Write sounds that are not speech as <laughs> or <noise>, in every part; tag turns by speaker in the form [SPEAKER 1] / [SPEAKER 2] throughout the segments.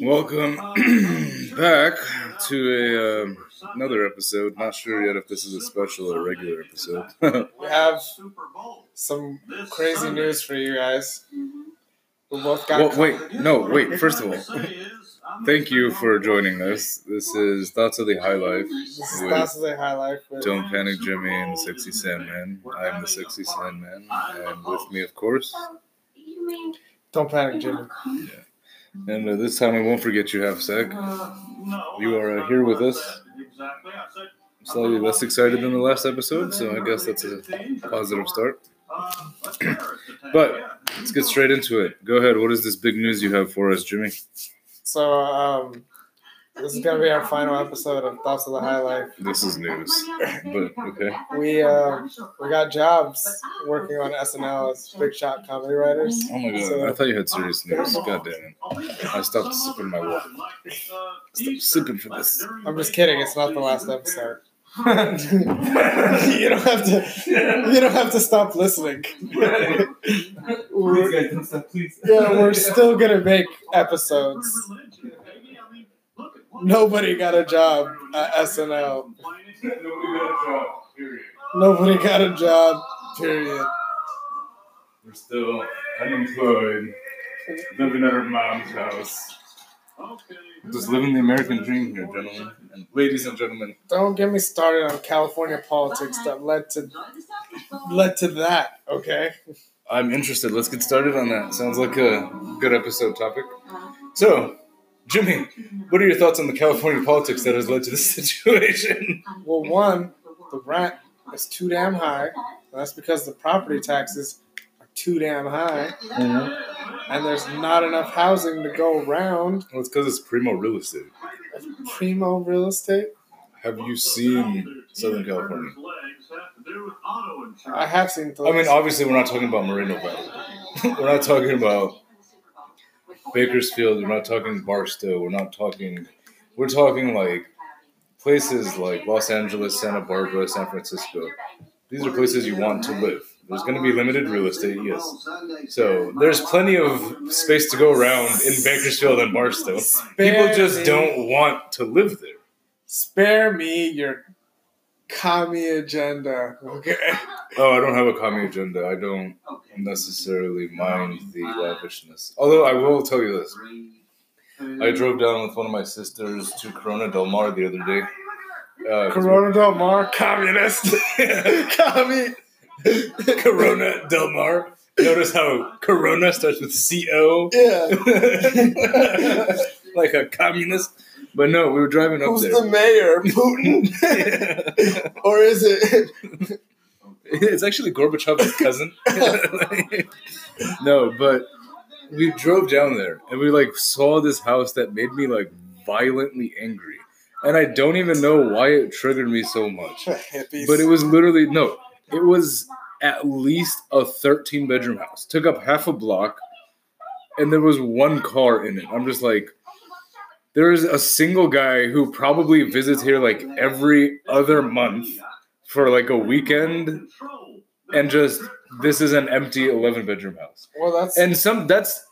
[SPEAKER 1] Welcome <clears throat> back to a, um, another episode. Not sure uh, yet if this is a special or a regular episode.
[SPEAKER 2] We have some crazy news for you guys.
[SPEAKER 3] Mm-hmm.
[SPEAKER 2] We both got
[SPEAKER 1] well, wait, no, wait. First of all, <laughs> thank you for joining us. This is Thoughts of the
[SPEAKER 4] Oh
[SPEAKER 1] High Life
[SPEAKER 2] This is
[SPEAKER 1] with
[SPEAKER 2] Thoughts of the High Life with
[SPEAKER 1] Don't Panic Jimmy and the Sexy Sandman. I'm the Sexy Sandman, and with me, of course.
[SPEAKER 4] You mean
[SPEAKER 2] Don't Panic Jimmy.
[SPEAKER 1] And uh, this time I won't forget you, half sec.
[SPEAKER 3] uh,
[SPEAKER 5] You are uh, here with us.
[SPEAKER 1] Slightly less excited than the last episode, so I guess that's a
[SPEAKER 3] uh,
[SPEAKER 1] positive start.
[SPEAKER 5] But
[SPEAKER 1] Let's get straight into it. Go ahead. What is this big news you have for us, Jimmy?
[SPEAKER 2] So, um, this is going to be our final episode of Thoughts of the High Life.
[SPEAKER 1] This is news. But, okay.
[SPEAKER 2] We, uh, We got jobs working on SNL as big shot comedy writers.
[SPEAKER 1] Oh my god, I thought you had serious news. God damn it. I stopped sipping my water.
[SPEAKER 3] uh,
[SPEAKER 1] <laughs> Stop sipping for this.
[SPEAKER 2] I'm just kidding. It's not the last episode. <laughs> you don't have to. You don't have to stop listening.
[SPEAKER 3] Please,
[SPEAKER 2] <laughs> We're-
[SPEAKER 3] guys, don't stop, please.
[SPEAKER 2] yeah, we're still gonna make episodes. Nobody got a job at SNL.
[SPEAKER 3] Nobody got a job, period.
[SPEAKER 2] Nobody got a job. Period.
[SPEAKER 3] We're still unemployed, living at our mom's house.
[SPEAKER 1] Just living the American dream here, gentlemen. And ladies and gentlemen.
[SPEAKER 2] Don't get me started on California politics that led to led to that. Okay.
[SPEAKER 1] I'm interested. Let's get started on that. Sounds like a good episode topic. So, Jimmy, what are your thoughts on the California politics that has led to this <laughs> situation?
[SPEAKER 2] Well, one, the rent is too damn high. And that's because the property taxes are too damn high,
[SPEAKER 1] Mm-hmm.
[SPEAKER 2] and there's not enough housing to go around.
[SPEAKER 1] Well, it's because it's primo real estate.
[SPEAKER 2] Primo real estate.
[SPEAKER 1] Have you seen Southern California?
[SPEAKER 2] I have seen.
[SPEAKER 1] I mean, obviously, we're not talking about Moreno Valley. <laughs> we're not talking about Bakersfield. We're not talking Barstow. We're not talking. We're talking like places like Los Angeles, Santa Barbara, San Francisco. These are places you want to live. There's going to be limited real estate, yes. So there's plenty of space to go around in Bakersfield and Barstow. People just don't want to live there.
[SPEAKER 2] Spare me your commie agenda. Okay.
[SPEAKER 1] Oh, I don't have a commie agenda. I don't necessarily mind the lavishness. Although I will tell you this. I drove down with one of my sisters to Corona Del Mar the other day. Uh, 'cause
[SPEAKER 2] Corona Del Mar,
[SPEAKER 1] <laughs>
[SPEAKER 2] communist.
[SPEAKER 1] we're-
[SPEAKER 2] <laughs> commie.
[SPEAKER 1] Corona Del Mar. Notice how Corona starts with C O, <laughs>
[SPEAKER 2] Yeah.
[SPEAKER 1] like a communist. But no, we were driving up
[SPEAKER 2] Who's
[SPEAKER 1] there.
[SPEAKER 2] the mayor? Putin, <laughs> or is it?
[SPEAKER 1] <laughs> it's actually Gorbachev's cousin. <laughs> no, but we drove down there and we like saw this house that made me like violently angry. And I don't even know why it triggered me so much.
[SPEAKER 2] Hippies.
[SPEAKER 1] But it was literally no. It was at least a 13 bedroom house. Took up half a block and there was one car in it. I'm just like there is a single guy who probably visits here like every other month for like a weekend and just this is an empty 11 bedroom house.
[SPEAKER 2] well, that's
[SPEAKER 1] And some that's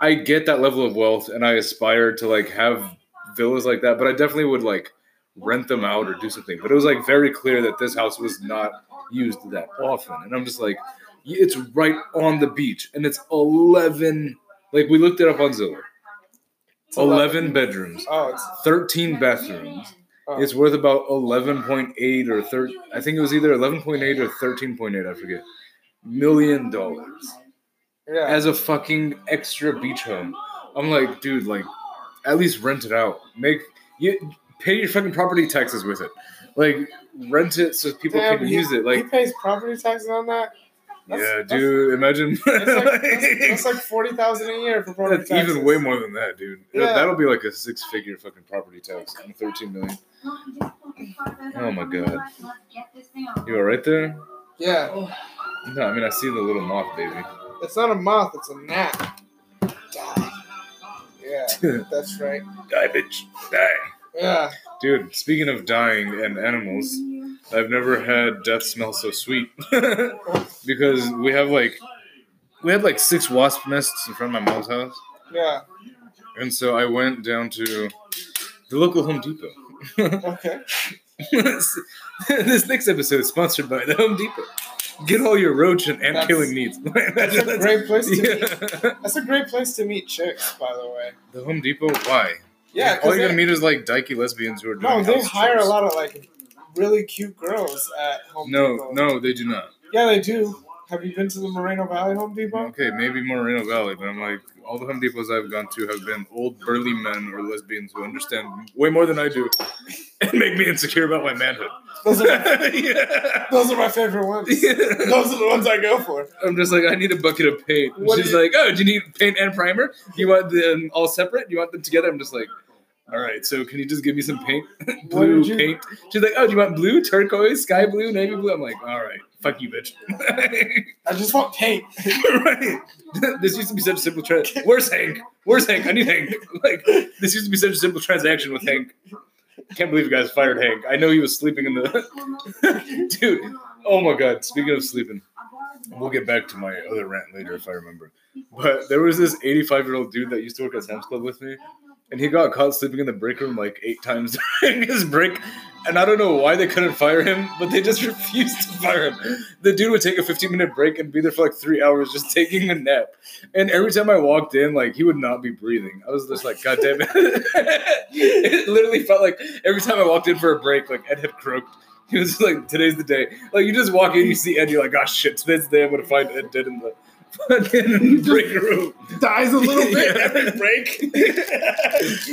[SPEAKER 1] I get that level of wealth and I aspire to like have villas like that, but I definitely would like rent them out or do something. But it was like very clear that this house was not used that often. And I'm just like y- it's right on the beach and it's 11 like we looked it up on Zillow.
[SPEAKER 2] It's
[SPEAKER 1] 11 bedrooms,
[SPEAKER 2] oh, it's
[SPEAKER 1] 13 bathrooms.
[SPEAKER 2] oh.
[SPEAKER 1] It's worth about 11.8 or 13 I think it was either 11.8 or 13.8, I forget. Million dollars
[SPEAKER 2] yeah.
[SPEAKER 1] as a fucking extra beach home. I'm like, dude, like, at least rent it out. Make you pay your fucking property taxes with it. Like, rent it so people
[SPEAKER 2] Damn,
[SPEAKER 1] can
[SPEAKER 2] he-
[SPEAKER 1] use it.
[SPEAKER 2] he
[SPEAKER 1] Like,
[SPEAKER 2] pays property taxes on that. That's-
[SPEAKER 1] yeah,
[SPEAKER 2] that's-
[SPEAKER 1] dude, imagine.
[SPEAKER 2] That's
[SPEAKER 1] <laughs>
[SPEAKER 2] like, that's, that's like forty thousand a year for property
[SPEAKER 1] That's
[SPEAKER 2] taxes.
[SPEAKER 1] even way more than that, dude. That-
[SPEAKER 2] Yeah.
[SPEAKER 1] That'll be like a six-figure fucking property tax. and Thirteen million.
[SPEAKER 4] Oh my god.
[SPEAKER 1] You all right there?
[SPEAKER 2] Yeah,
[SPEAKER 1] No, I mean I see the little moth, baby. <laughs>
[SPEAKER 2] it's not a moth; it's a gnat. Yeah, that's right.
[SPEAKER 1] Die, bitch. Die.
[SPEAKER 2] Yeah,
[SPEAKER 1] Dude, speaking of dying and animals, I've never had death smell so sweet. <laughs> because we have like we had like six wasp nests in front of my mom's house.
[SPEAKER 2] yeah.
[SPEAKER 1] And so I went down to the local Home Depot. <laughs>
[SPEAKER 2] Okay.
[SPEAKER 1] this, this next episode is sponsored by the Home Depot. Get all your roach and ant
[SPEAKER 2] That's-
[SPEAKER 1] killing needs. <laughs>
[SPEAKER 2] That's a great place to meet.
[SPEAKER 1] Yeah.
[SPEAKER 2] That's a great place to meet chicks, by the way.
[SPEAKER 1] The Home Depot? Why?
[SPEAKER 2] Yeah,
[SPEAKER 1] all
[SPEAKER 2] 'cause
[SPEAKER 1] you
[SPEAKER 2] they,
[SPEAKER 1] gotta meet is like dykey lesbians who are doing
[SPEAKER 2] no, they
[SPEAKER 1] house
[SPEAKER 2] hire
[SPEAKER 1] chores.
[SPEAKER 2] a lot of like really cute girls at Home
[SPEAKER 1] No,
[SPEAKER 2] Depot.
[SPEAKER 1] no, they do not.
[SPEAKER 2] Yeah, they do. Have you been to the Moreno Valley Home Depot?
[SPEAKER 1] Okay, maybe Moreno Valley, but I'm like, all the Home Depots I've gone to have been old burly men or lesbians who understand way more than I do and make me insecure about my manhood.
[SPEAKER 2] Those
[SPEAKER 1] <laughs>
[SPEAKER 2] are
[SPEAKER 1] yeah.
[SPEAKER 2] those are my
[SPEAKER 1] <laughs>
[SPEAKER 2] favorite ones. Those are the ones I go for.
[SPEAKER 1] I'm just like, I need a bucket of paint. And
[SPEAKER 2] What do
[SPEAKER 1] she's
[SPEAKER 2] you-
[SPEAKER 1] like, oh, do you need paint and primer? Do you want them all separate? Do you want them together? I'm just like, all right, so can you just give me some paint? <laughs>
[SPEAKER 2] What
[SPEAKER 1] blue
[SPEAKER 2] did you-
[SPEAKER 1] paint. She's like, oh, do you want blue, turquoise, sky blue, navy blue? I'm like, all right, fuck you, bitch. <laughs>
[SPEAKER 2] I just want paint.
[SPEAKER 1] right. <laughs> This used to be such a simple <laughs> transaction. Where's Hank? Where's Hank? I need Hank. <laughs> Like, this used to be such a simple transaction with Hank. Can't believe you guys fired Hank. I know he was sleeping in the. Dude, <laughs> oh my god. Speaking of sleeping. We'll get back to my other rant later if I remember. But there was this 85 year old dude that used to work at Sam's Club with me, and he got caught sleeping in the break room like eight times <laughs> during his break. And I don't know why they couldn't fire him, but they just <laughs> refused to fire him. The dude would take a 15 minute break and be there for like three hours just <laughs> taking a nap. And every time I walked in, like he would not be breathing. I was just like, God damn it. <laughs> it literally felt like every time I walked in for a break, like Ed had croaked. He was just like, today's the day. Like you just walk in, you see Ed, you're like, oh shit, today's the day I'm gonna find Ed dead in the <laughs> fucking break room.
[SPEAKER 2] Dies a <laughs> little bit
[SPEAKER 1] Yeah.
[SPEAKER 2] every break.
[SPEAKER 1] <laughs>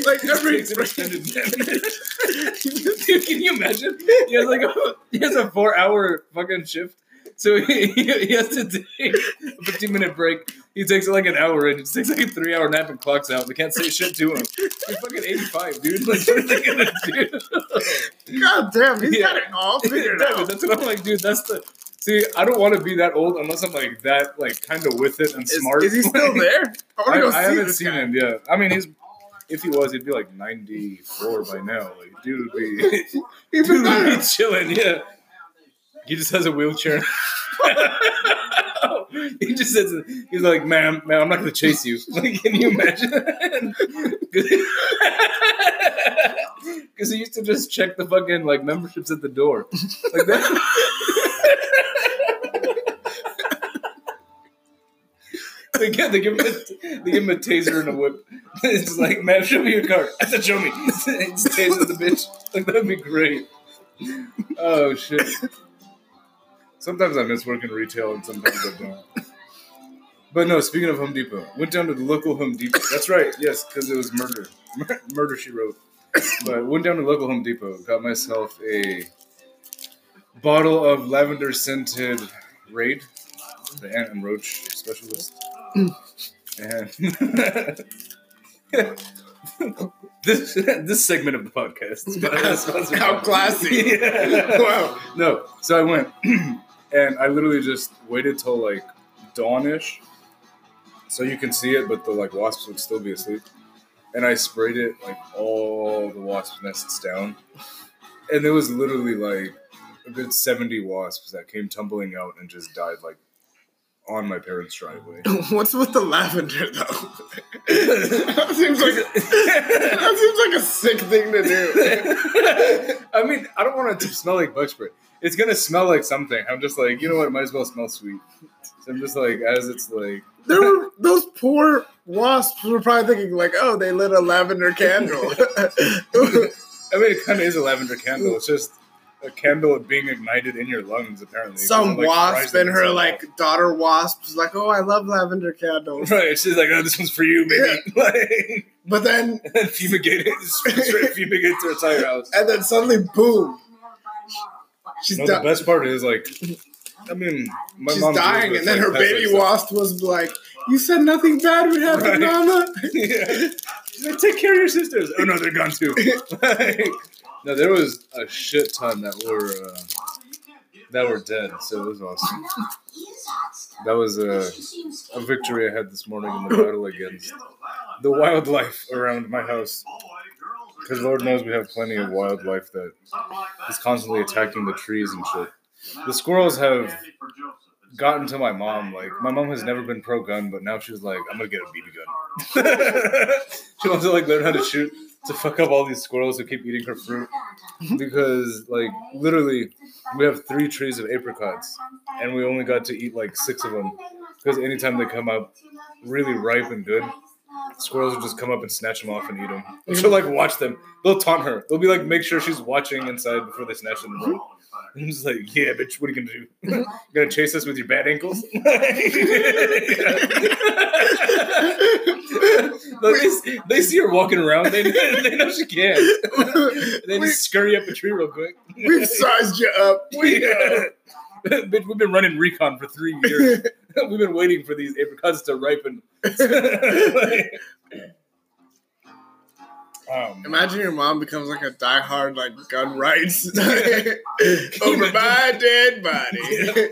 [SPEAKER 1] like every <laughs> Dude, can you imagine? He has like a he has a four hour fucking shift. So he, he he has to take a 15 minute break. He takes like an hour and just takes like a three hour nap and clocks out. They can't say shit to him. He's fucking 85, dude. <laughs> Like, what are they gonna do?
[SPEAKER 2] God damn, he's
[SPEAKER 1] Yeah.
[SPEAKER 2] got it all figured
[SPEAKER 1] Damn it,
[SPEAKER 2] out.
[SPEAKER 1] that's what I'm like, dude. That's the see. I don't want to be that old unless I'm like that, like kind of with it and
[SPEAKER 2] Is,
[SPEAKER 1] smart.
[SPEAKER 2] is he still there?
[SPEAKER 1] <laughs> I,
[SPEAKER 2] I want to go see
[SPEAKER 1] I haven't
[SPEAKER 2] this
[SPEAKER 1] seen
[SPEAKER 2] guy.
[SPEAKER 1] him. Yeah, I mean, he's if he was, he'd be like 94 by now. Like, dude would be,
[SPEAKER 2] He's
[SPEAKER 1] <laughs> dude
[SPEAKER 2] been
[SPEAKER 1] would
[SPEAKER 2] there.
[SPEAKER 1] be chilling. Yeah, he just has a wheelchair. <laughs> he just says, he's like, ma'am, ma'am, I'm not gonna chase you. <laughs> Like, can you imagine? <laughs> Because he used to just check the fucking like memberships at the door, like that. <laughs> They give, they give him a, they give him a taser and a whip. <laughs> It's like, man, show me your card. I said, <laughs> show me. It's taser the bitch. Like that'd be great. Oh shit. Sometimes I miss working retail and sometimes I don't. But no, speaking of Home Depot, went down to the local Home Depot. That's right, yes, because it was murder. <laughs> Murder she wrote. But went down to local Home Depot, got myself a bottle of lavender scented Raid, the ant and roach specialist. and <laughs> this this segment of the podcast is sponsored by-
[SPEAKER 2] <laughs> How classy.
[SPEAKER 1] <laughs> Yeah.
[SPEAKER 2] Wow.
[SPEAKER 1] No, so I went <clears throat> and I literally just waited till like dawnish, so you can see it, but the like wasps would still be asleep. And I sprayed it like all the wasp nests down, and there was literally like a good seventy wasps that came tumbling out and just died like on my parents'
[SPEAKER 2] <laughs>
[SPEAKER 1] driveway.
[SPEAKER 2] <laughs>
[SPEAKER 1] <laughs>
[SPEAKER 2] What's with the lavender though? <laughs> that seems like <laughs> that seems like a sick thing
[SPEAKER 1] <laughs>
[SPEAKER 2] to do.
[SPEAKER 1] I mean, I don't want it to smell like bug spray. It's gonna smell like something. I'm just like, you know what? It might as well smell sweet. So I'm just like, as it's like,
[SPEAKER 2] There were those poor wasps were probably thinking like, oh, they lit a
[SPEAKER 1] <laughs>
[SPEAKER 2] lavender candle. <laughs>
[SPEAKER 1] I mean, it kind of is a lavender candle. It's just a candle being ignited in your lungs, apparently.
[SPEAKER 2] Some
[SPEAKER 1] Like,
[SPEAKER 2] wasp
[SPEAKER 1] fries
[SPEAKER 2] and
[SPEAKER 1] them
[SPEAKER 2] her
[SPEAKER 1] itself.
[SPEAKER 2] like daughter wasp was like, oh, I love lavender candles.
[SPEAKER 1] Right, she's like, oh, this one's for you, baby. Like, <laughs>
[SPEAKER 2] But then
[SPEAKER 1] and then fumigate it, <laughs> straight fumigate to her entire house.
[SPEAKER 2] and then suddenly, boom,
[SPEAKER 1] <laughs>
[SPEAKER 2] she's
[SPEAKER 1] No, the
[SPEAKER 2] done.
[SPEAKER 1] best part is like, I mean, my
[SPEAKER 2] She's
[SPEAKER 1] mom deals
[SPEAKER 2] dying,
[SPEAKER 1] with,
[SPEAKER 2] and then
[SPEAKER 1] like,
[SPEAKER 2] her
[SPEAKER 1] pets
[SPEAKER 2] baby
[SPEAKER 1] and stuff.
[SPEAKER 2] wasp was like, "You said nothing bad would happen,
[SPEAKER 1] Right. <laughs>
[SPEAKER 2] Mama." <laughs>
[SPEAKER 1] yeah. She's like, take care of your sisters. Oh no, they're gone too. Like, <laughs> no, there was a shit ton that were uh, that were dead, so it was awesome. That was uh, a victory I had this morning in the battle against the wildlife around my house. Because Lord knows we have plenty of wildlife that is constantly attacking the trees and shit. The squirrels have gotten to my mom. Like my mom has never been <laughs> pro gun, but now she's like, I'm gonna get a BB gun. <laughs> she wants to like learn how to shoot to fuck up all these squirrels who keep eating her fruit because like literally we have three trees of apricots and we only got to eat like six of them because anytime they come up really ripe and good squirrels will just come up and snatch them off and eat
[SPEAKER 2] <laughs>
[SPEAKER 1] <laughs> them she'll like watch them they'll taunt her they'll be like make sure she's watching inside before they snatch them and <laughs> i'm just like yeah bitch what are you
[SPEAKER 2] <laughs>
[SPEAKER 1] gonna do you gonna chase us with your bad ankles <laughs> Like, they, they see her walking around they, <laughs> they know she can't they
[SPEAKER 2] we,
[SPEAKER 1] just scurry up a tree real quick. <laughs>
[SPEAKER 2] we've sized you up. We,
[SPEAKER 1] Yeah. <laughs> Bitch, we've been running recon for three years. <laughs> we've been waiting for these apricots to ripen. <laughs> um,
[SPEAKER 2] Imagine your mom becomes like a diehard like
[SPEAKER 1] <laughs>
[SPEAKER 2] gun rights <laughs> over my dead body.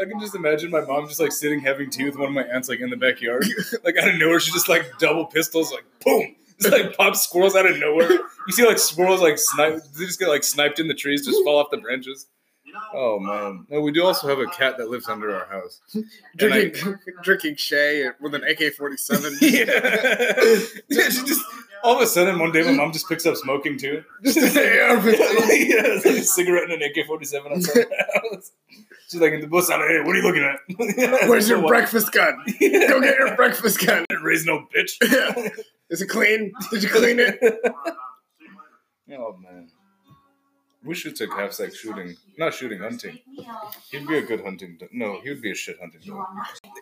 [SPEAKER 1] I can just imagine my mom just like sitting having tea with one of my aunts like in the backyard. <laughs> Like out of nowhere, she just like double pistols, like boom. <laughs> Just like pops squirrels out of nowhere. You see like squirrels like snipe they just get like sniped in the trees, just fall off the branches. Oh man. No, we do also have a cat that <laughs> lives under our house. And I-
[SPEAKER 2] <laughs> drinking <laughs> drinking Shay with an AK forty seven.
[SPEAKER 1] <laughs> yeah. yeah, she just all of a sudden one day my mom just picks up smoking too.
[SPEAKER 2] Just an
[SPEAKER 1] <laughs>
[SPEAKER 2] AR-15.
[SPEAKER 1] yeah, it's like a cigarette and an AK forty seven outside the house. She's like in the bus out of here, what are you looking at? <laughs>
[SPEAKER 2] Where's your breakfast gun? Go get your breakfast gun.
[SPEAKER 1] raise no
[SPEAKER 2] <laughs>
[SPEAKER 1] bitch.
[SPEAKER 2] Is it clean? Did you
[SPEAKER 1] <laughs>
[SPEAKER 2] clean it?
[SPEAKER 1] Oh man. We should take half sack shooting. Not shooting, hunting. He'd be a good hunting dog. No, he would be a shit hunting dog.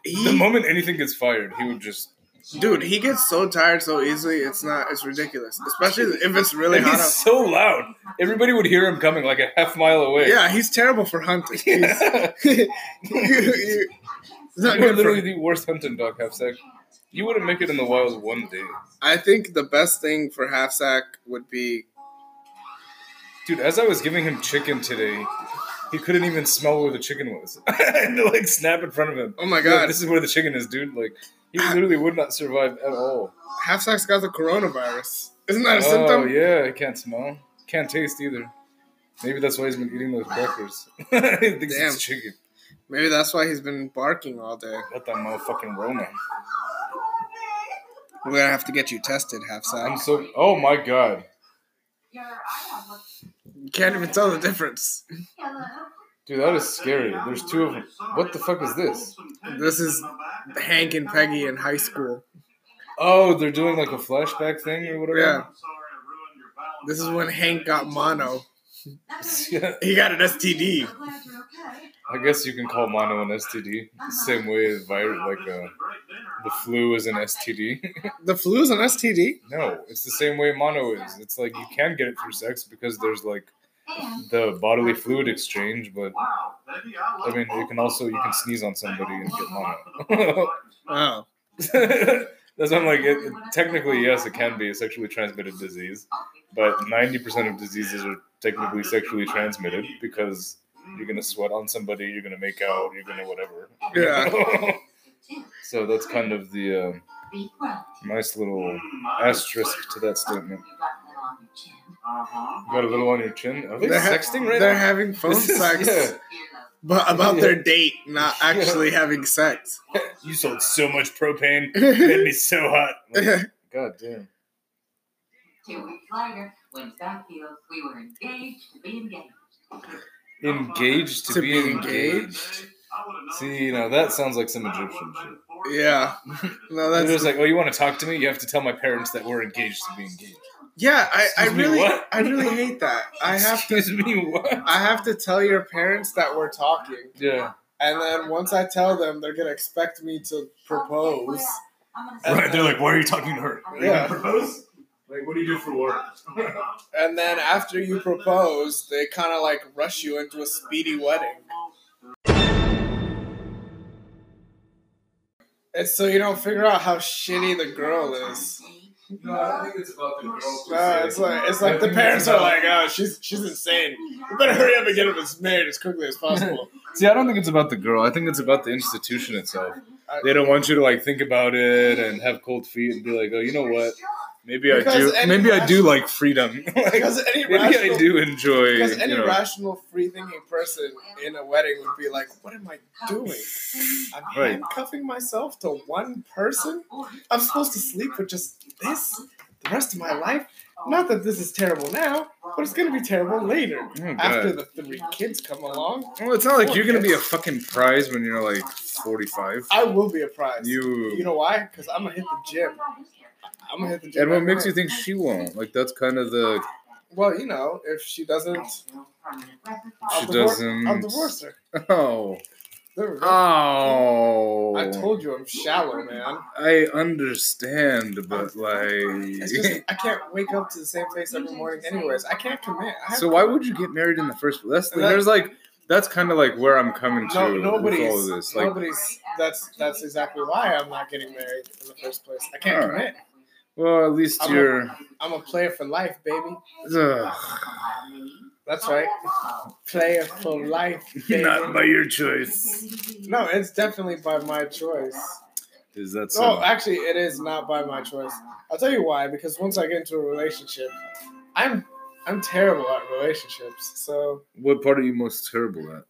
[SPEAKER 1] The
[SPEAKER 2] He,
[SPEAKER 1] moment anything gets fired, he would just
[SPEAKER 2] dude, he gets so tired so easily. It's not. It's ridiculous. Especially if it's really
[SPEAKER 1] and
[SPEAKER 2] hot.
[SPEAKER 1] he's
[SPEAKER 2] out.
[SPEAKER 1] so loud. Everybody would hear him coming like a half mile away.
[SPEAKER 2] Yeah, he's terrible
[SPEAKER 1] <laughs>
[SPEAKER 2] for hunting. He's, <laughs> It's not
[SPEAKER 1] You're
[SPEAKER 2] good for-
[SPEAKER 1] literally the worst hunting dog, half sack. You wouldn't make it in the wild one day.
[SPEAKER 2] I think the best thing for half sack would be
[SPEAKER 1] Dude, as I was giving him chicken today, he couldn't even smell where the chicken was. <laughs> I had to like snap in front of him.
[SPEAKER 2] Oh my
[SPEAKER 1] Like,
[SPEAKER 2] god,
[SPEAKER 1] this is where the chicken is, dude. Like, he literally would not survive at
[SPEAKER 2] <laughs>
[SPEAKER 1] all.
[SPEAKER 2] half sack's got the coronavirus. Isn't that a
[SPEAKER 1] Oh,
[SPEAKER 2] symptom?
[SPEAKER 1] yeah, I can't smell. Can't taste either. Maybe that's why he's been eating those crackers. <laughs> he thinks
[SPEAKER 2] Damn.
[SPEAKER 1] it's chicken.
[SPEAKER 2] Maybe that's why he's been barking all day.
[SPEAKER 1] Let that motherfucking Rona.
[SPEAKER 2] We're gonna have to get you tested, half
[SPEAKER 1] I'm
[SPEAKER 2] sack.
[SPEAKER 1] so. Oh my god.
[SPEAKER 2] You can't even tell the difference.
[SPEAKER 1] Dude, that is scary. There's two of them. What the fuck is this?
[SPEAKER 2] This is Hank and Peggy in high school.
[SPEAKER 1] Oh, they're doing like a flashback thing or whatever?
[SPEAKER 2] Yeah. This is when Hank got mono.
[SPEAKER 1] <laughs> Yeah.
[SPEAKER 2] He got an <laughs> STD.
[SPEAKER 1] I guess you can call mono an STD. Same way as virus, like uh, the flu is an STD.
[SPEAKER 2] The flu's an STD.
[SPEAKER 1] <laughs> no, it's the same way mono is. It's like you can get it through sex because there's like the bodily fluid exchange, but I mean, you can also you can sneeze on somebody and get mono. <laughs>
[SPEAKER 2] <laughs> Oh,
[SPEAKER 1] That's what I'm like. It, it- technically, yes, it can be a sexually transmitted disease, but 90% of diseases are technically sexually transmitted because you're gonna sweat on somebody, you're gonna make out, you're gonna whatever.
[SPEAKER 2] yeah.
[SPEAKER 1] <laughs> so that's kind of the um nice little asterisk to that statement. You got a little on your chin. Are they
[SPEAKER 2] They're ha-
[SPEAKER 1] sexting right
[SPEAKER 2] They're
[SPEAKER 1] now? <laughs>
[SPEAKER 2] having phone
[SPEAKER 1] This is-
[SPEAKER 2] sex,
[SPEAKER 1] yeah.
[SPEAKER 2] but about their date, not actually having sex. <laughs>
[SPEAKER 1] You sold so much propane, made me so hot. Like, God damn.
[SPEAKER 6] Two weeks later, when back feels we were engaged to be engaged.
[SPEAKER 1] Engaged to,
[SPEAKER 2] To
[SPEAKER 1] be,
[SPEAKER 2] be
[SPEAKER 1] engaged. See, you know that sounds like some Egyptian shit.
[SPEAKER 2] <laughs> yeah. No,
[SPEAKER 1] They're
[SPEAKER 2] that's
[SPEAKER 1] just like, oh, you want to talk to me? You have to tell my parents that we're engaged to be engaged.
[SPEAKER 2] Yeah, I, I
[SPEAKER 1] Excuse me,
[SPEAKER 2] really
[SPEAKER 1] what?
[SPEAKER 2] I really hate that. I have to
[SPEAKER 1] Excuse me, what?
[SPEAKER 2] I have to tell your parents that we're talking.
[SPEAKER 1] Yeah.
[SPEAKER 2] And then once I tell them they're gonna expect me to propose.
[SPEAKER 1] Right. They're like, why are you talking to her?
[SPEAKER 2] Yeah.
[SPEAKER 7] Propose? Like, what do you do for work?
[SPEAKER 2] And then after you propose, they kinda like rush you into a speedy wedding. And so you don't figure out how shitty the girl is.
[SPEAKER 1] No, I don't think it's about the girl.
[SPEAKER 2] No, Uh, it's like it's like the parents are like, oh, she's she's insane. We better hurry up and get him as married as quickly as possible. <laughs>
[SPEAKER 1] See, I don't think it's about the girl. I think it's about the institution itself. They don't want you to like think about it and have cold feet and be like, oh, you know what? Maybe I
[SPEAKER 2] Because
[SPEAKER 1] do.
[SPEAKER 2] any
[SPEAKER 1] Maybe I do
[SPEAKER 2] rational-
[SPEAKER 1] like freedom. <laughs> like,
[SPEAKER 2] Because any
[SPEAKER 1] maybe
[SPEAKER 2] rational,
[SPEAKER 1] I do enjoy.
[SPEAKER 2] Because
[SPEAKER 1] You
[SPEAKER 2] any
[SPEAKER 1] know,
[SPEAKER 2] rational, free thinking person in a wedding would be like, "What am I doing? I'm
[SPEAKER 1] Right.
[SPEAKER 2] handcuffing myself to one person. I'm supposed to sleep for just this the rest of my life. Not that this is terrible now, but it's gonna be terrible later
[SPEAKER 1] oh, God.
[SPEAKER 2] after the three kids come along.
[SPEAKER 1] well, it's not like you're gonna be a fucking prize when you're like 45.
[SPEAKER 2] I will be a prize.
[SPEAKER 1] You.
[SPEAKER 2] You know why? Because I'm gonna hit the gym. I'm gonna hit the gym.
[SPEAKER 1] and what
[SPEAKER 2] every
[SPEAKER 1] makes you
[SPEAKER 2] night.
[SPEAKER 1] think she won't? Like that's kind of the
[SPEAKER 2] Well, you know, if she doesn't, I'll,
[SPEAKER 1] she
[SPEAKER 2] divorce,
[SPEAKER 1] doesn't.
[SPEAKER 2] I'll divorce her.
[SPEAKER 1] <laughs> Oh.
[SPEAKER 2] There we go.
[SPEAKER 1] Oh.
[SPEAKER 2] I told you I'm shallow, man.
[SPEAKER 1] I understand, but like. <laughs>
[SPEAKER 2] It's just I can't wake up to the same place every morning, anyways. I can't commit. I have
[SPEAKER 1] so why would you get married in the first place? That's,
[SPEAKER 2] And that-
[SPEAKER 1] there's like that's kind of like where I'm coming to
[SPEAKER 2] No,
[SPEAKER 1] with
[SPEAKER 2] nobody's.
[SPEAKER 1] all of this. Like,
[SPEAKER 2] nobody's. That's that's exactly why I'm not getting married in the first place. I can't
[SPEAKER 1] All
[SPEAKER 2] commit.
[SPEAKER 1] well, at least
[SPEAKER 2] I'm a-
[SPEAKER 1] you're.
[SPEAKER 2] I'm a player for life, baby.
[SPEAKER 1] Ugh,
[SPEAKER 2] That's right, player for life,
[SPEAKER 1] <laughs>
[SPEAKER 2] baby.
[SPEAKER 1] not by your choice.
[SPEAKER 2] no, it's definitely by my choice.
[SPEAKER 1] Is that
[SPEAKER 2] No,
[SPEAKER 1] so?
[SPEAKER 2] actually, it is not by my choice. I'll tell you why. Because once I get into a relationship, I'm I'm terrible at relationships. So
[SPEAKER 1] what part are you most terrible
[SPEAKER 2] <laughs>
[SPEAKER 1] at?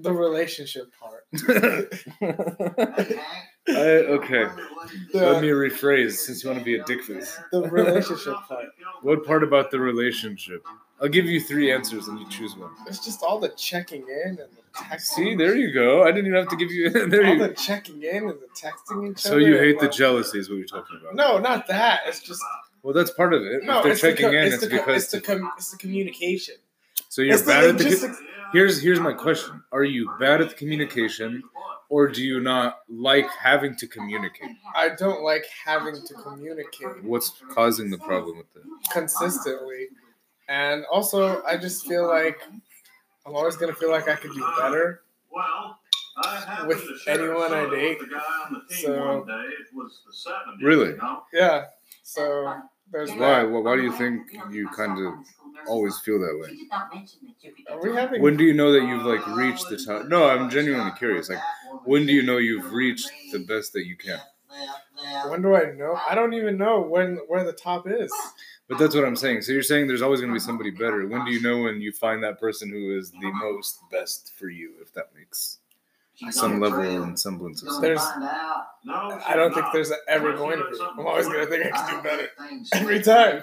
[SPEAKER 2] the relationship part.
[SPEAKER 1] I, Uh, okay, let me
[SPEAKER 2] The,
[SPEAKER 1] rephrase. Since you want to be a dickface,
[SPEAKER 2] the relationship
[SPEAKER 1] <laughs>
[SPEAKER 2] part.
[SPEAKER 1] what part about the relationship? I'll give you three answers and you choose one.
[SPEAKER 2] It's just all the checking in and the texting.
[SPEAKER 1] See, there you go. I didn't even have to give you. <laughs> There
[SPEAKER 2] all
[SPEAKER 1] you.
[SPEAKER 2] the checking in and the texting each
[SPEAKER 1] So
[SPEAKER 2] other.
[SPEAKER 1] you
[SPEAKER 2] and
[SPEAKER 1] hate the
[SPEAKER 2] like-
[SPEAKER 1] jealousy is what you're talking about.
[SPEAKER 2] No, not that. It's just
[SPEAKER 1] Well, that's part of it.
[SPEAKER 2] no.
[SPEAKER 1] if they're
[SPEAKER 2] it's
[SPEAKER 1] checking
[SPEAKER 2] the,
[SPEAKER 1] in,
[SPEAKER 2] co- it's,
[SPEAKER 1] it's,
[SPEAKER 2] the co-
[SPEAKER 1] because
[SPEAKER 2] it's the com- it's the communication.
[SPEAKER 1] so you're
[SPEAKER 2] it's the
[SPEAKER 1] bad at the. co-
[SPEAKER 2] logistics.
[SPEAKER 1] Here's here's my question: Are you bad at the communication, or do you not like having to communicate?
[SPEAKER 2] I don't like having to communicate
[SPEAKER 1] What's causing the problem with that?
[SPEAKER 2] consistently, and also I just feel like I'm always gonna feel like I could do better.
[SPEAKER 3] Well, I happened
[SPEAKER 2] With
[SPEAKER 3] to share
[SPEAKER 2] anyone I
[SPEAKER 3] soda with
[SPEAKER 2] date.
[SPEAKER 3] the guy on the team
[SPEAKER 2] So-
[SPEAKER 3] one day. It was the 70s,
[SPEAKER 1] Really?
[SPEAKER 3] you know?
[SPEAKER 2] Yeah. So there's
[SPEAKER 1] Why?
[SPEAKER 2] that.
[SPEAKER 1] Why, why do you think you kind of always feel that way?
[SPEAKER 2] Are we having?
[SPEAKER 1] When do you know that you've like reached the top? No, I'm genuinely curious. Like, when do you know you've reached the best that you can?
[SPEAKER 2] when do I know? I don't even know when where the top is.
[SPEAKER 1] But that's what I'm saying. So you're saying there's always going to be somebody better. When do you know when you find that person who is the most best for you? If that makes some level and semblance of sense.
[SPEAKER 2] There's-
[SPEAKER 3] No,
[SPEAKER 2] I don't
[SPEAKER 3] she's
[SPEAKER 2] think
[SPEAKER 3] not.
[SPEAKER 2] there's ever going to be. I'm always gonna think I can do better every time.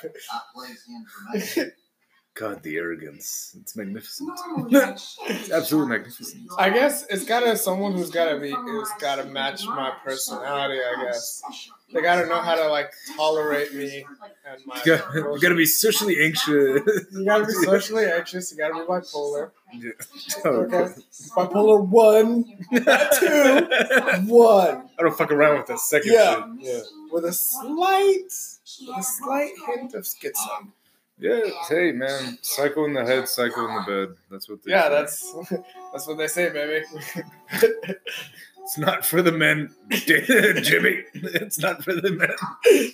[SPEAKER 1] God, the arrogance. It's magnificent.
[SPEAKER 8] it's
[SPEAKER 1] absolutely magnificent.
[SPEAKER 2] I guess it's gotta someone who's gotta be who's gotta match my personality. I guess they gotta know how to like tolerate me and my.
[SPEAKER 1] You gotta, you gotta be socially anxious.
[SPEAKER 2] You gotta be socially anxious. You gotta be bipolar.
[SPEAKER 1] Yeah. <laughs>
[SPEAKER 2] Okay, bipolar one, <laughs> two, one,
[SPEAKER 1] I don't fuck around with that second
[SPEAKER 2] Yeah.
[SPEAKER 1] shit.
[SPEAKER 2] with a slight, with a slight hint of schizo.
[SPEAKER 1] Yeah, hey man, psycho in the head, psycho in the bed. That's what. They
[SPEAKER 2] Yeah,
[SPEAKER 1] say.
[SPEAKER 2] that's <laughs> that's what they say, baby. <laughs>
[SPEAKER 1] It's not for the men, <laughs> Jimmy. It's not for the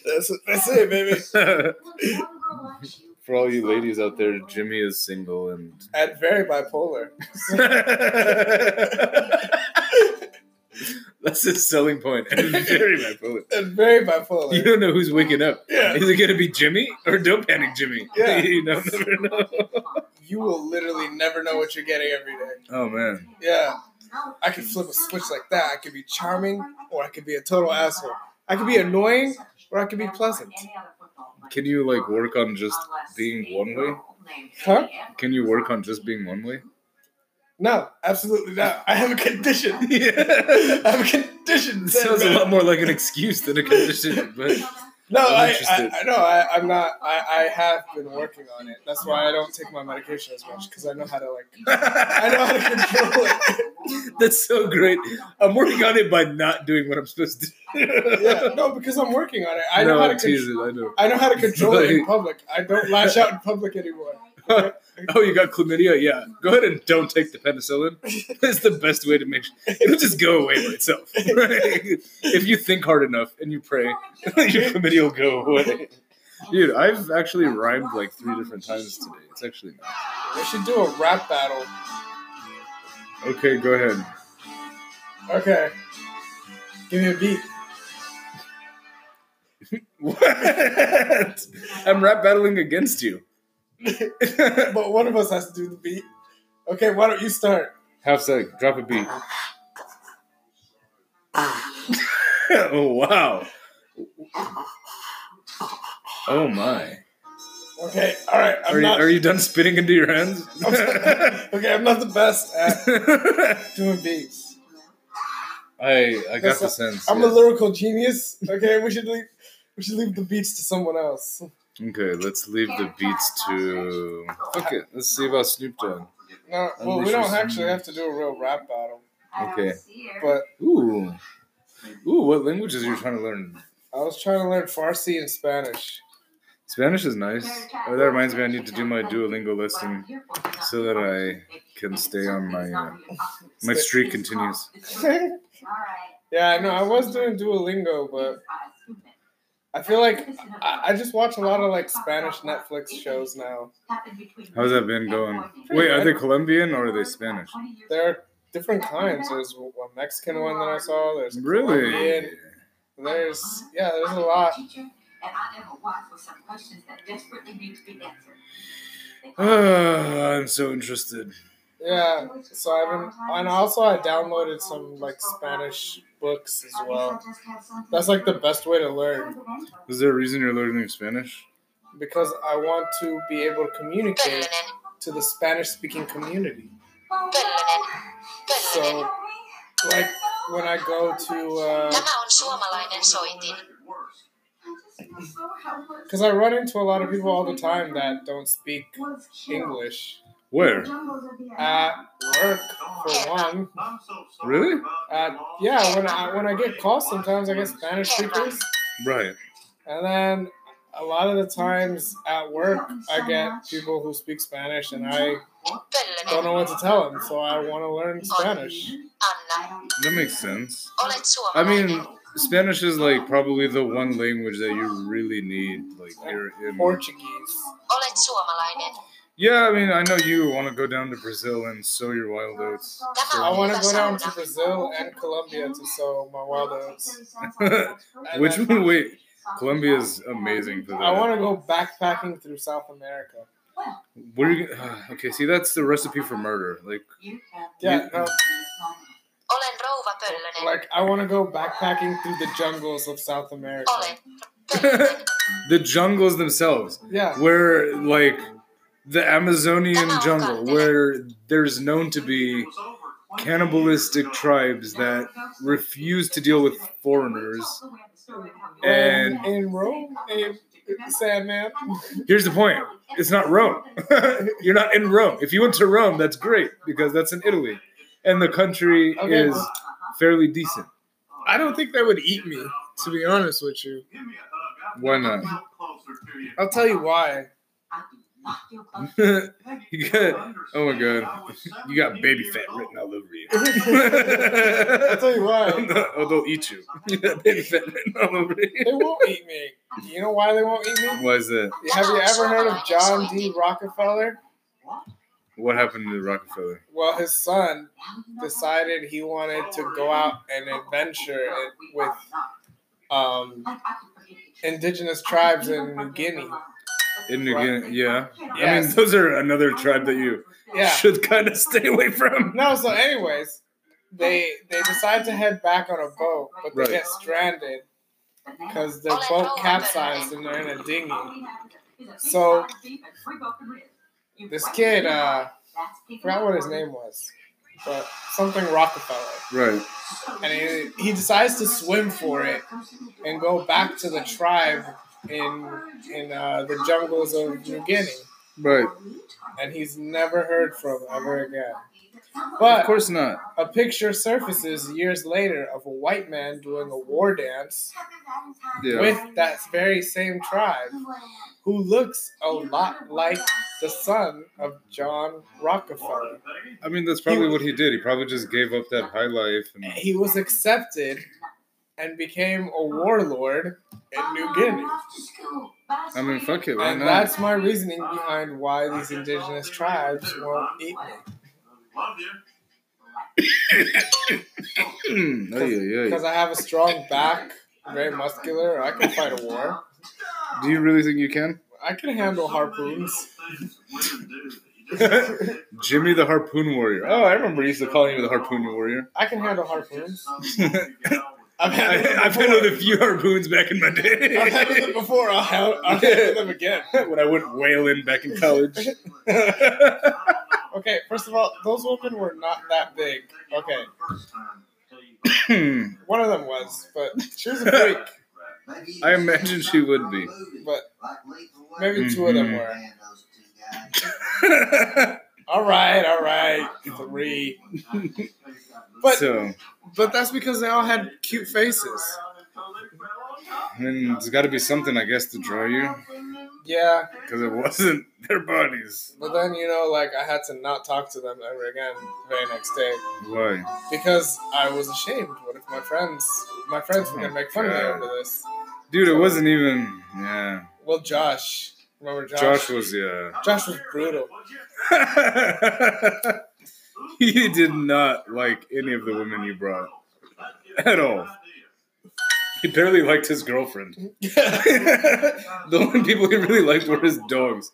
[SPEAKER 2] that's what they say, baby.
[SPEAKER 1] men. <laughs> for all you ladies out there,
[SPEAKER 2] <laughs>
[SPEAKER 1] Jimmy is single and. <laughs>
[SPEAKER 2] And very bipolar. <laughs>
[SPEAKER 1] That's his selling point. <laughs> Very bipolar.
[SPEAKER 2] And very
[SPEAKER 1] You
[SPEAKER 2] bipolar.
[SPEAKER 1] don't know who's waking up.
[SPEAKER 2] Yeah.
[SPEAKER 1] Is it gonna be Jimmy or Don't Panic Jimmy? <laughs>
[SPEAKER 2] Yeah.
[SPEAKER 1] you don't never know.
[SPEAKER 2] You will literally never know what you're getting every day.
[SPEAKER 1] Oh man.
[SPEAKER 2] Yeah. I could flip a switch like that. I could be charming or I could be a total asshole. I could be annoying or I could be pleasant.
[SPEAKER 1] Can you like work on just being one way?
[SPEAKER 2] Huh?
[SPEAKER 1] <laughs> Can you work on just being one way?
[SPEAKER 2] No, absolutely not. I have a condition.
[SPEAKER 1] <laughs> Yeah.
[SPEAKER 2] I have a condition.
[SPEAKER 1] It sounds a
[SPEAKER 2] Sandra.
[SPEAKER 1] lot more like an excuse than a condition, but
[SPEAKER 2] No,
[SPEAKER 1] I'm
[SPEAKER 2] I,
[SPEAKER 1] interested.
[SPEAKER 2] I, I know. I, I'm not. I, I have been working on it. That's why I don't take my medication as much because I know how to like. <laughs> I know how to control it.
[SPEAKER 1] <laughs> that's so great. I'm working on it by not doing what I'm supposed to do.
[SPEAKER 2] Yeah, no, because I'm working on it. I know
[SPEAKER 1] No,
[SPEAKER 2] how
[SPEAKER 1] I'm
[SPEAKER 2] to control.
[SPEAKER 1] teasing, I know.
[SPEAKER 2] I know how to control it in
[SPEAKER 1] Like-
[SPEAKER 2] public. I don't lash out in public anymore.
[SPEAKER 1] oh, you got chlamydia? Yeah. Go ahead and don't take the penicillin. <laughs> It's the best way to make sure. It'll just go away by itself. <laughs> if you think hard enough and you pray, <laughs> your chlamydia will go away. Dude, I've actually rhymed like three different times today. It's actually nice.
[SPEAKER 2] We should do a rap battle.
[SPEAKER 1] Okay, go ahead.
[SPEAKER 2] Okay. Give me a beat.
[SPEAKER 1] What? I'm rap battling against you.
[SPEAKER 2] <laughs> But one of us has to do the beat. Okay, why don't you start?
[SPEAKER 1] Half sec, drop a beat. <laughs> oh wow. Oh my.
[SPEAKER 2] Okay, all right. I'm
[SPEAKER 1] Are you,
[SPEAKER 2] not.
[SPEAKER 1] are you done spitting into your hands?
[SPEAKER 2] I'm sorry. okay, I'm not the best at doing
[SPEAKER 1] <laughs>
[SPEAKER 2] beats.
[SPEAKER 1] <laughs> I I got
[SPEAKER 2] That's
[SPEAKER 1] the
[SPEAKER 2] not-
[SPEAKER 1] sense.
[SPEAKER 2] I'm
[SPEAKER 1] yeah.
[SPEAKER 2] a lyrical genius. Okay, we should leave. We should leave the beats to someone else.
[SPEAKER 1] Okay, let's leave the beats to. Okay, let's see about Snoop Dogg.
[SPEAKER 2] No, well, we
[SPEAKER 1] Unleash
[SPEAKER 2] don't
[SPEAKER 1] your
[SPEAKER 2] actually
[SPEAKER 1] demons.
[SPEAKER 2] have to do a real rap battle,
[SPEAKER 1] Okay.
[SPEAKER 2] but
[SPEAKER 1] Ooh, ooh, what languages you're trying to learn?
[SPEAKER 2] I was trying to learn Farsi and Spanish. <laughs>
[SPEAKER 1] Spanish is nice. Oh, that reminds me, I need to do my Duolingo lesson so that I can stay on my uh, my streak continues.
[SPEAKER 2] yeah, I know. I was doing Duolingo, <laughs> but I feel like I, I just watch a lot of like Spanish Netflix shows now.
[SPEAKER 1] How's that been going? Wait, are they Colombian or are they Spanish?
[SPEAKER 2] There are different kinds. There's a Mexican one that I saw. There's a
[SPEAKER 1] Really?
[SPEAKER 2] Colombian. There's yeah. There's
[SPEAKER 1] <sighs>
[SPEAKER 2] a lot.
[SPEAKER 8] And I am a wife with some questions that desperately need to be answered.
[SPEAKER 1] Ah, I'm so interested.
[SPEAKER 2] Yeah. So I've been, and also I downloaded some like Spanish books as well. That's like the best way to learn
[SPEAKER 1] Is there a reason you're learning Spanish?
[SPEAKER 2] because I want to be able to communicate to the Spanish speaking community. So, like when I go to, uh,
[SPEAKER 9] Tämä on suomalainen soitin.
[SPEAKER 2] because I run into a lot of people all the time that don't speak English
[SPEAKER 1] Where?
[SPEAKER 2] at work for one.
[SPEAKER 1] Really?
[SPEAKER 2] Uh, yeah, when I when I get calls, sometimes I get Spanish speakers,
[SPEAKER 1] Right.
[SPEAKER 2] and then a lot of the times at work, I get people who speak Spanish, and I don't
[SPEAKER 9] Pöllönen,
[SPEAKER 2] know what to tell them. So I want to learn Spanish.
[SPEAKER 9] Anna,
[SPEAKER 1] That makes sense.
[SPEAKER 9] olet
[SPEAKER 1] I
[SPEAKER 9] suomalainen.
[SPEAKER 1] mean, Spanish is like probably the one language that you really need. Like you're in.
[SPEAKER 2] Portuguese.
[SPEAKER 9] olet suomalainen.
[SPEAKER 1] Yeah, I mean, I know you want to go down to Brazil and sow your wild oats.
[SPEAKER 9] Tämä
[SPEAKER 2] I
[SPEAKER 9] on
[SPEAKER 2] want to
[SPEAKER 9] hyvä
[SPEAKER 2] go down to
[SPEAKER 9] sauna.
[SPEAKER 2] Brazil and Colombia to sow my wild oats.
[SPEAKER 1] <laughs>
[SPEAKER 2] And
[SPEAKER 1] Which
[SPEAKER 2] then
[SPEAKER 1] one? Wait, Colombia is amazing for that.
[SPEAKER 2] I want to go backpacking through South America.
[SPEAKER 1] What are you? Uh, <sighs> okay, see, that's the recipe for murder. Like,
[SPEAKER 2] Yeah, no,
[SPEAKER 9] Olen rouva Pöllönen.
[SPEAKER 2] like I want to go backpacking through the jungles of South America.
[SPEAKER 9] Olen Pöllönen.
[SPEAKER 1] <laughs> the jungles themselves,
[SPEAKER 2] Yeah,
[SPEAKER 1] where like the Amazonian jungle, where there's known to be cannibalistic tribes that refuse to deal with foreigners. And-
[SPEAKER 2] in Rome, in Sandman.
[SPEAKER 1] Here's the point: it's not Rome. <laughs> You're not in Rome. If you went to Rome, that's great because that's in Italy, and the country
[SPEAKER 2] Okay,
[SPEAKER 1] is fairly decent. <laughs>
[SPEAKER 6] I don't think that would eat me, to be honest with you.
[SPEAKER 1] Why not?
[SPEAKER 2] I'll tell you <laughs> why.
[SPEAKER 1] you got, oh my god, you got baby fat written all over you.
[SPEAKER 2] I'll <laughs> tell
[SPEAKER 1] <laughs>
[SPEAKER 2] you why.
[SPEAKER 1] oh, they'll eat you. <laughs> You got baby fat written all over you.
[SPEAKER 2] <laughs> They won't eat me. You know why they won't eat me?
[SPEAKER 1] Why is that?
[SPEAKER 2] Have you ever heard of John D. Rockefeller?
[SPEAKER 1] What happened to Rockefeller?
[SPEAKER 2] Well, his son <laughs> decided he wanted to go out and adventure it with um, indigenous tribes in New Guinea.
[SPEAKER 1] In New Guinea, yeah. I mean,
[SPEAKER 2] Yes.
[SPEAKER 1] those are another tribe that you
[SPEAKER 2] Yeah.
[SPEAKER 1] should kind of stay away from.
[SPEAKER 2] No, so anyways, they they decide to head back on a boat, but they
[SPEAKER 1] Right.
[SPEAKER 2] get stranded because their boat capsized and they're in a dinghy. So, This kid, uh, forgot what his name was, but something Rockefeller,
[SPEAKER 1] Right.
[SPEAKER 2] and he, he decides to swim for it and go back to the tribe in in uh, the jungles of New Guinea,
[SPEAKER 1] Right.
[SPEAKER 2] and he's never heard from ever again.
[SPEAKER 1] of
[SPEAKER 2] But
[SPEAKER 1] course not.
[SPEAKER 2] a picture surfaces years later of a white man doing a war dance
[SPEAKER 1] Yeah.
[SPEAKER 2] with that very same tribe, who looks a lot like the son of John Rockefeller.
[SPEAKER 1] I mean, that's probably what he did. He probably just gave up that high life.
[SPEAKER 2] <clears throat>
[SPEAKER 1] And,
[SPEAKER 2] He was accepted and became a warlord in New Guinea.
[SPEAKER 1] I mean, fuck it. Why
[SPEAKER 2] And
[SPEAKER 1] not?
[SPEAKER 2] that's my reasoning behind why these indigenous tribes won't eat me.
[SPEAKER 1] Ay, ay, ay.
[SPEAKER 2] Because I have a strong back, very muscular, I can fight a war.
[SPEAKER 1] Do you really think you can?
[SPEAKER 2] I can handle harpoons.
[SPEAKER 1] <laughs> Jimmy the Harpoon Warrior. Oh, I remember he used to call you the Harpoon
[SPEAKER 2] <laughs>
[SPEAKER 1] Warrior.
[SPEAKER 2] I can <laughs>
[SPEAKER 1] <laughs>
[SPEAKER 2] handle harpoons. <laughs> I've
[SPEAKER 1] I,
[SPEAKER 2] had them
[SPEAKER 1] I've
[SPEAKER 2] before.
[SPEAKER 1] handled a few harpoons back in my
[SPEAKER 2] I've had them <laughs>
[SPEAKER 1] day.
[SPEAKER 2] before. I'll, ha- I'll handle
[SPEAKER 1] <laughs>
[SPEAKER 2] them again.
[SPEAKER 1] when I went whaling back in college.
[SPEAKER 2] <laughs> Okay, first of all, those women were <laughs> not that big. Okay,
[SPEAKER 1] I
[SPEAKER 2] one of them was, but she was a freak.
[SPEAKER 1] imagine she would be.
[SPEAKER 2] But maybe two of them
[SPEAKER 1] Mhm.
[SPEAKER 2] were. All right, all right,
[SPEAKER 1] <laughs>
[SPEAKER 2] three. <laughs> But
[SPEAKER 1] so,
[SPEAKER 2] but that's because they all had cute faces.
[SPEAKER 1] and it's got to be something, I guess, to draw you.
[SPEAKER 2] Yeah,
[SPEAKER 1] Because it wasn't <laughs> their bodies.
[SPEAKER 2] but then you know, like I had to not talk to them ever again the very next day
[SPEAKER 1] Why?
[SPEAKER 2] because I was ashamed. What if my friends, my friends were gonna make fun of me over this?
[SPEAKER 1] Dude, it wasn't even. Yeah.
[SPEAKER 2] Well, Josh, remember Josh?
[SPEAKER 1] Josh was, yeah.
[SPEAKER 2] Josh was brutal. <laughs>
[SPEAKER 1] <laughs> you did not like any of the women you brought at all. He barely liked his girlfriend. the only people he really liked were his dogs.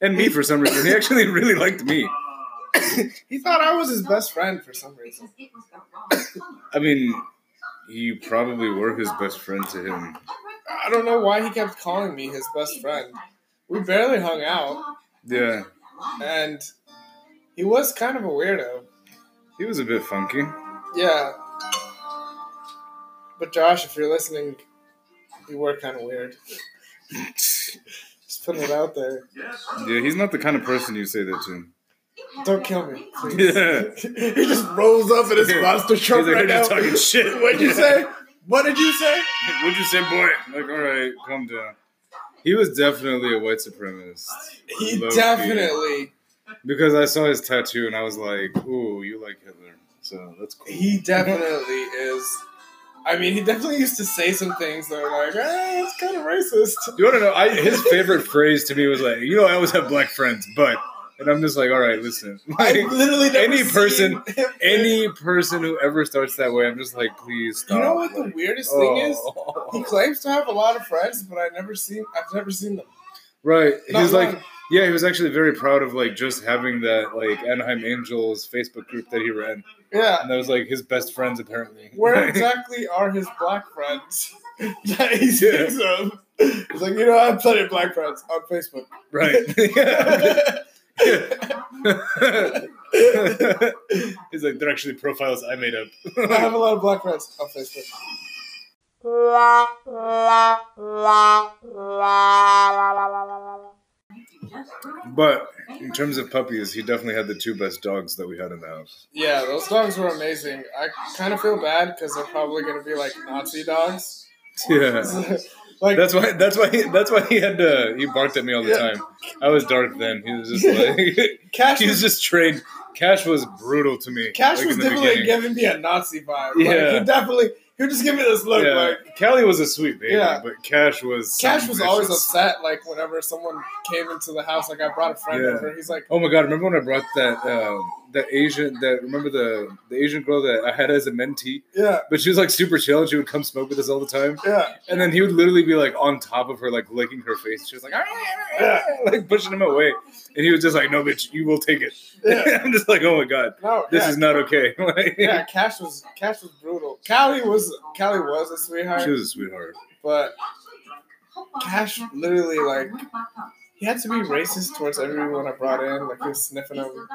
[SPEAKER 1] And me for some reason. He actually really liked me.
[SPEAKER 2] He thought I was his best friend for some <coughs> reason.
[SPEAKER 1] I mean, you probably were his best friend to him.
[SPEAKER 2] I don't know why he kept calling me his best friend. We barely hung out,
[SPEAKER 1] Yeah.
[SPEAKER 2] and he was kind of a weirdo.
[SPEAKER 1] He was a bit funky.
[SPEAKER 2] Yeah. But Josh, if you're listening, you were kind of weird. Just putting it out there.
[SPEAKER 1] Yeah, he's not the kind of person you say that to.
[SPEAKER 2] Don't kill me,
[SPEAKER 1] <laughs>
[SPEAKER 2] please.
[SPEAKER 1] Yeah.
[SPEAKER 6] He just rolls up in his monster truck
[SPEAKER 1] He's like,
[SPEAKER 6] right
[SPEAKER 1] "You're
[SPEAKER 6] now.
[SPEAKER 1] just talking shit.
[SPEAKER 6] <laughs> What'd you say? What did you say?
[SPEAKER 1] <laughs> What'd you say, boy? Like, all right, calm down. He was definitely a white supremacist.
[SPEAKER 2] He
[SPEAKER 1] Low-key.
[SPEAKER 2] definitely,
[SPEAKER 1] Because I saw his tattoo and I was like, ooh, you like Hitler. So that's cool. <laughs>
[SPEAKER 2] he definitely is. I mean, he definitely used to say some things that were like, eh, it's kind of racist.
[SPEAKER 1] You want to know? I, his favorite phrase to me was like, you know, I always have black friends, but. And I'm just like, all right, listen. <laughs>
[SPEAKER 2] I've
[SPEAKER 1] Like,
[SPEAKER 2] literally never
[SPEAKER 1] any
[SPEAKER 2] seen
[SPEAKER 1] person-
[SPEAKER 2] him-
[SPEAKER 1] any person who ever starts that way, I'm just like, please stop.
[SPEAKER 2] You know what the
[SPEAKER 1] Like,
[SPEAKER 2] weirdest thing is? He
[SPEAKER 1] oh.
[SPEAKER 2] claims to have a lot of friends, but I never seen. I've never seen them.
[SPEAKER 1] <laughs> Right. He
[SPEAKER 2] Not
[SPEAKER 1] was
[SPEAKER 2] one.
[SPEAKER 1] like, yeah, he was actually very proud of like just having that like Anaheim Angels Facebook group that he ran,
[SPEAKER 2] yeah.
[SPEAKER 1] and that was like his best friends apparently. <laughs>
[SPEAKER 2] Where <laughs>
[SPEAKER 1] Like,
[SPEAKER 2] exactly are his black friends? <laughs>
[SPEAKER 6] Yeah, he thinks of.
[SPEAKER 2] He's like, you know, I have plenty of black friends on <laughs> Facebook.
[SPEAKER 1] <laughs>
[SPEAKER 2] <laughs>
[SPEAKER 1] right. He's like, they're actually profiles I made up. <laughs>
[SPEAKER 2] I have a lot of black friends on Facebook.
[SPEAKER 1] But in terms of puppies, he definitely had the two best dogs that we had in the house.
[SPEAKER 2] Yeah, those dogs were amazing. I kind of feel bad because they're probably gonna be like Nazi dogs. <laughs>
[SPEAKER 1] Yeah.
[SPEAKER 2] like,
[SPEAKER 1] That's why. That's why. He, that's why he had to. He barked at me all the time. I was dark then. He was just like. <laughs>
[SPEAKER 2] Cash
[SPEAKER 1] he was
[SPEAKER 2] was,
[SPEAKER 1] just trained. Cash was brutal to me.
[SPEAKER 2] Cash
[SPEAKER 1] like,
[SPEAKER 2] was
[SPEAKER 1] in the
[SPEAKER 2] definitely
[SPEAKER 1] beginning.
[SPEAKER 2] giving me a Nazi vibe. Like,
[SPEAKER 1] Yeah.
[SPEAKER 2] he definitely, he would just give me this look.
[SPEAKER 1] yeah.
[SPEAKER 2] Like,
[SPEAKER 1] Callie was a sweet baby,
[SPEAKER 2] Yeah.
[SPEAKER 1] but Cash was.
[SPEAKER 2] Cash
[SPEAKER 1] something
[SPEAKER 2] was always
[SPEAKER 1] vicious.
[SPEAKER 2] upset. Like, whenever someone came into the house, like I brought a friend
[SPEAKER 1] Yeah.
[SPEAKER 2] over, he's like,
[SPEAKER 1] Oh my god! Remember when I brought that uh, that Asian that remember the the Asian girl that I had as a mentee,
[SPEAKER 2] yeah,
[SPEAKER 1] but she was like super chill and she would come smoke with us all the time,
[SPEAKER 2] yeah,
[SPEAKER 1] and then he would literally be like on top of her, like licking her face. She was like, "Ah," <laughs>
[SPEAKER 2] yeah.
[SPEAKER 1] like pushing him away, and he was just like, "No, bitch, you will take it."
[SPEAKER 2] Yeah.
[SPEAKER 1] <laughs> I'm just like, "Oh my god,
[SPEAKER 2] No,
[SPEAKER 1] this
[SPEAKER 2] yeah.
[SPEAKER 1] is not okay." <laughs> Like,
[SPEAKER 2] yeah. Cash was Cash was brutal. Callie was Callie was a
[SPEAKER 1] She
[SPEAKER 2] sweetheart,
[SPEAKER 1] was a sweetheart.
[SPEAKER 2] but Cash literally like he had to be racist towards everyone I brought in. Like he was sniffing them.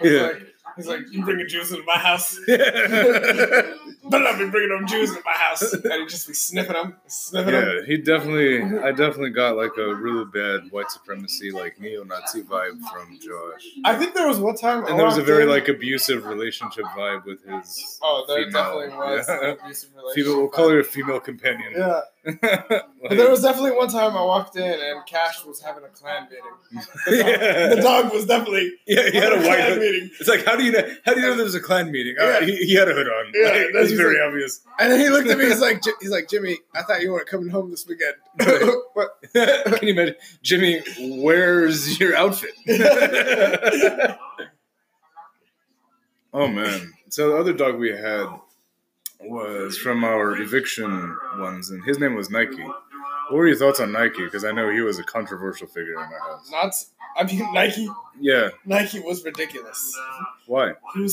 [SPEAKER 1] Yeah.
[SPEAKER 2] He's like, you <laughs> bringing Jews into
[SPEAKER 1] <laughs>
[SPEAKER 2] my house?
[SPEAKER 1] yeah,
[SPEAKER 2] Better not be bringing them Jews into my house. And he'd just be sniffing them, sniffing them.
[SPEAKER 1] he definitely, I definitely got like a really bad white supremacy, like neo-Nazi vibe from Josh.
[SPEAKER 2] I think there was one time, I
[SPEAKER 1] And there was a
[SPEAKER 2] walked
[SPEAKER 1] very
[SPEAKER 2] in-
[SPEAKER 1] like abusive relationship vibe with his <laughs>
[SPEAKER 2] oh, there
[SPEAKER 1] female-
[SPEAKER 2] definitely was
[SPEAKER 1] <laughs> Yeah.
[SPEAKER 2] an abusive relationship.
[SPEAKER 1] female. We'll call her a female companion. <laughs>
[SPEAKER 2] Yeah, but
[SPEAKER 1] Like-
[SPEAKER 2] there was definitely one time I walked in and Cash was having a clan meeting.
[SPEAKER 1] <laughs>
[SPEAKER 2] <laughs> The dog,
[SPEAKER 1] Yeah.
[SPEAKER 2] the dog was definitely
[SPEAKER 1] yeah, he had a
[SPEAKER 2] having
[SPEAKER 1] white
[SPEAKER 2] clan
[SPEAKER 1] hood.
[SPEAKER 2] meeting.
[SPEAKER 1] It's like, how do you know? How do you know there was a clan meeting? Uh,
[SPEAKER 2] Yeah.
[SPEAKER 1] he, he had a hood on.
[SPEAKER 2] Yeah,
[SPEAKER 1] Like,
[SPEAKER 2] that's
[SPEAKER 1] that's very obvious. <laughs>
[SPEAKER 2] And then he looked at me. He's like, Ji- he's like, Jimmy, I thought you weren't coming home this weekend. <laughs> What? <laughs>
[SPEAKER 1] Can you imagine, Jimmy? Where's your outfit? oh man! So the other dog we had was from our eviction ones, and his name was Nike. What were your thoughts on Nike? Because I know he was a controversial figure in my house.
[SPEAKER 2] Not, I mean Nike.
[SPEAKER 1] Yeah.
[SPEAKER 2] Nike was ridiculous.
[SPEAKER 1] Why?
[SPEAKER 2] He was